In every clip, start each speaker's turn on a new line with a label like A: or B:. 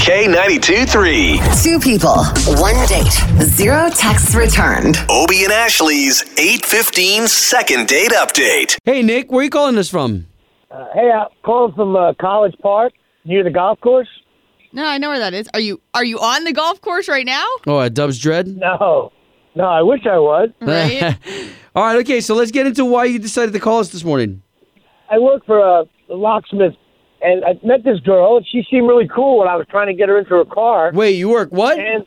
A: K92 3.
B: Two people, one date, zero texts returned.
A: Obie and Ashley's 815 second date update.
C: Hey, Nick, where are you calling us from?
D: Hey, I'm calling from uh, College Park near the golf course.
E: No, I know where that is. Are you are you on the golf course right now?
C: Oh, uh, Dubs Dread.
D: No, no, I wish I was.
E: Right.
C: All right, okay, so let's get into why you decided to call us this morning.
D: I work for a locksmith, and I met this girl, and she seemed really cool when I was trying to get her into her car.
C: Wait, you work what?
D: And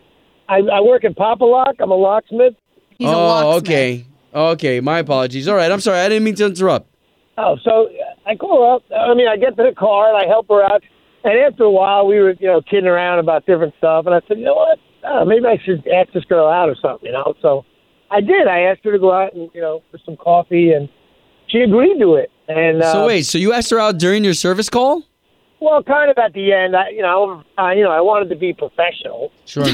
D: I, I work in Papa Lock. I'm a locksmith.
E: He's a
C: oh,
E: locksmith.
C: okay. Okay, my apologies. All right, I'm sorry. I didn't mean to interrupt.
D: Oh, so I call her up. I mean, I get to the car and I help her out. And after a while, we were, you know, kidding around about different stuff. And I said, you know what? Uh, maybe I should ask this girl out or something, you know? So I did. I asked her to go out and, you know, for some coffee, and she agreed to it. And uh,
C: so wait, so you asked her out during your service call?
D: well, kind of at the end, I, you know, I, you know, I wanted to be professional.
C: Sure.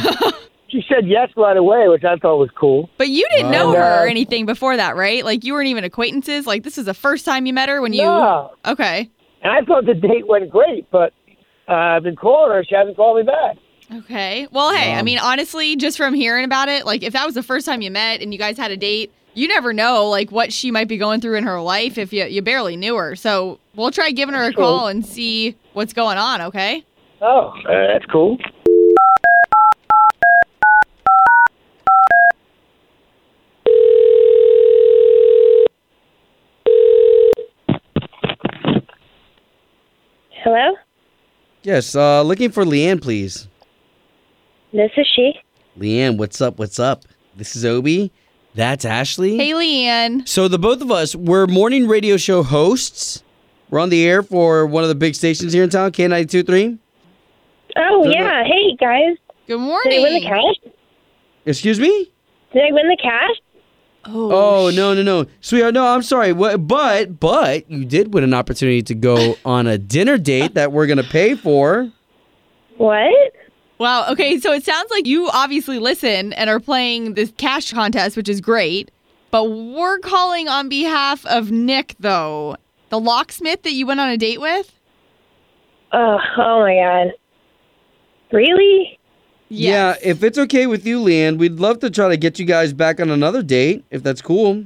D: She said yes right away, which I thought was cool.
E: But you didn't know
D: Oh.
E: her or anything before that, right? Like you weren't even acquaintances. Like this is the first time you met her when you.
D: Yeah.
E: Okay.
D: And I thought the date went great, but uh, I've been calling her. She hasn't called me back.
E: Okay. Well, hey, I mean, honestly, just from hearing about it, like if that was the first time you met and you guys had a date, you never know like what she might be going through in her life if you you barely knew her. So we'll try giving her a
D: Cool.
E: call and see what's going on. Okay.
D: Oh, uh, that's cool.
F: Hello,
C: yes, uh, looking for Leanne, please.
F: this is she.
C: Leanne, what's up? What's up? This is Obi. That's Ashley.
E: Hey, Leanne.
C: So the both of us, we're morning radio show hosts. We're on the air for one of the big stations here in town, K923.
F: Oh
C: Hello.
F: yeah, hey guys.
E: Good
F: Did I
E: morning.
F: win the cash?
C: Excuse me?
F: Did I win the cash?
C: Oh, no, no, no. Sweetheart, no, I'm sorry. Wha- But, but you did win an opportunity to go on a dinner date that we're going to pay for.
F: What?
E: Wow. Okay. So it sounds like you obviously listen and are playing this cash contest, which is great. But we're calling on behalf of Nick, though, the locksmith that you went on a date with.
F: Oh, oh my god. Really?
E: Yes.
C: Yeah, if it's okay with you, Leanne, we'd love to try to get you guys back on another date, if that's cool.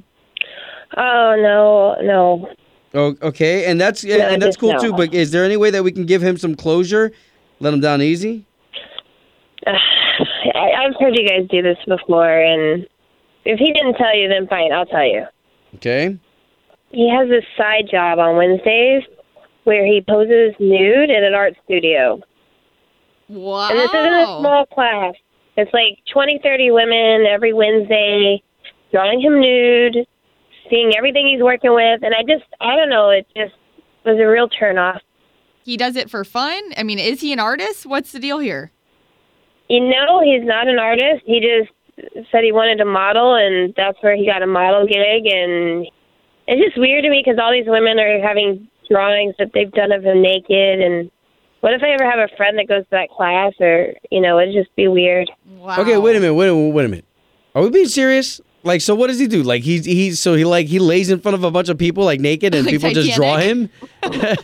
F: Oh no, no.
C: Oh, okay, and that's
F: Yeah,
C: and that's
F: just
C: cool
F: no.
C: too. But is there any way that we can give him some closure, let him down easy?
F: I, I've heard you guys do this before, and if he didn't tell you, then fine, I'll tell you.
C: Okay.
F: He has this side job on Wednesdays where he poses nude at an art studio,
E: Wow.
F: and this isn't a
E: Oh.
F: small class. It's like twenty, thirty women every Wednesday, drawing him nude, seeing everything he's working with, and I just, I don't know, it just was a real turnoff.
E: he does it for fun. I mean, is he an artist? What's the deal here?
F: You know, he's not an artist. He just said he wanted to model, and that's where he got a model gig. And it's just weird to me because all these women are having drawings that they've done of him naked. And what if I ever have a friend that goes to that class, or you know, it'd just be weird.
E: Wow.
C: Okay. Wait a minute. Wait a minute. Wait a minute. Are we being serious? Like, so what does he do? Like, he's he's so he like he lays in front of a bunch of people like naked, and
E: Like
C: people just draw him.
E: Titanic?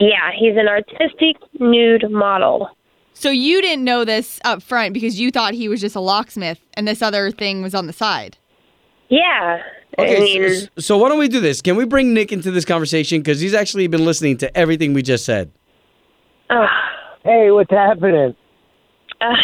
F: Yeah, he's an artistic nude model.
E: So you didn't know this up front because you thought he was just a locksmith and this other thing was on the side.
F: Yeah,
C: Okay.
F: I mean,
C: so, so why don't we do this? Can we bring Nick into this conversation because he's actually been listening to everything we just said.
F: ugh,
D: Hey, what's happening?
F: ugh.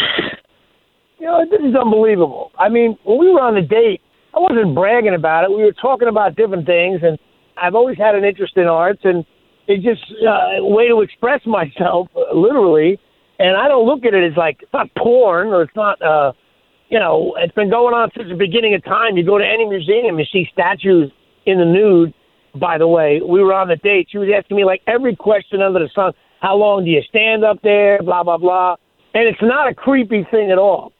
D: You know, this is unbelievable. I mean, when we were on the date, I wasn't bragging about it. We were talking about different things, and I've always had an interest in arts, and it's just uh, a way to express myself, uh, literally. And I don't look at it as like it's not porn or it's not, uh, you know, it's been going on since the beginning of time. You go to any museum, you see statues in the nude. By the way, we were on the date. She was asking me like every question under the sun. How long do you stand up there? Blah blah blah. And it's not a creepy thing at all.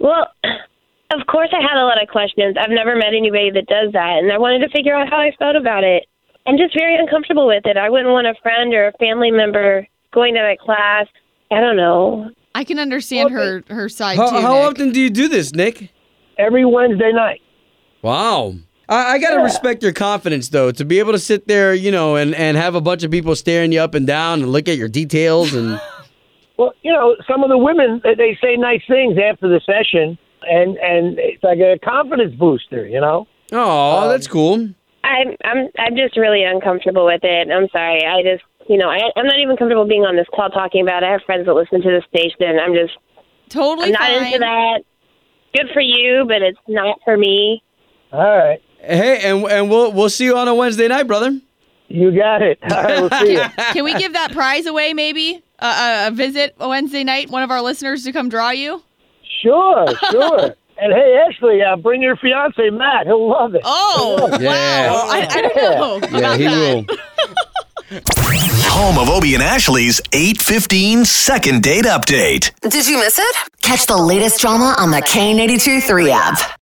F: Well, of course I had a lot of questions. I've never met anybody that does that, and I wanted to figure out how I felt about it. I'm just very uncomfortable with it. I wouldn't want a friend or a family member going to that class. I don't know.
E: I can understand her her side
C: How,
E: too.
C: how
E: Nick.
C: often do you do this, Nick?
D: every Wednesday night.
C: Wow. I, I gotta respect your confidence though, to be able to sit there, you know, and, and have a bunch of people staring you up and down and look at your details and
D: Well, you know, some of the women they- they say nice things after the session, and and it's like a confidence booster, you know.
C: Oh, that's cool.
F: I'm I'm I'm just really uncomfortable with it. I'm sorry. I just you know I I'm not even comfortable being on this call talking about. It. I have friends that listen to the station. I'm just
E: Totally
F: I'm not
E: fine.
F: into that. Good for you, but it's not for me.
D: All right,
C: Hey, and and we'll we'll see you on a Wednesday night, brother.
D: you got it. All right, we'll see you.
E: Can we give that prize away maybe? Uh, a, a visit Wednesday night, one of our listeners to come draw you?
D: Sure, sure. And hey, Ashley, uh, bring your fiance Matt. He'll love it.
E: Oh,
C: Yeah.
E: wow. I, I don't know
C: Yeah,
E: about
C: he
E: that.
C: will.
A: Home of Obie and Ashley's 815 second date update.
B: Did you miss it? Catch the latest drama on the K82 3 app.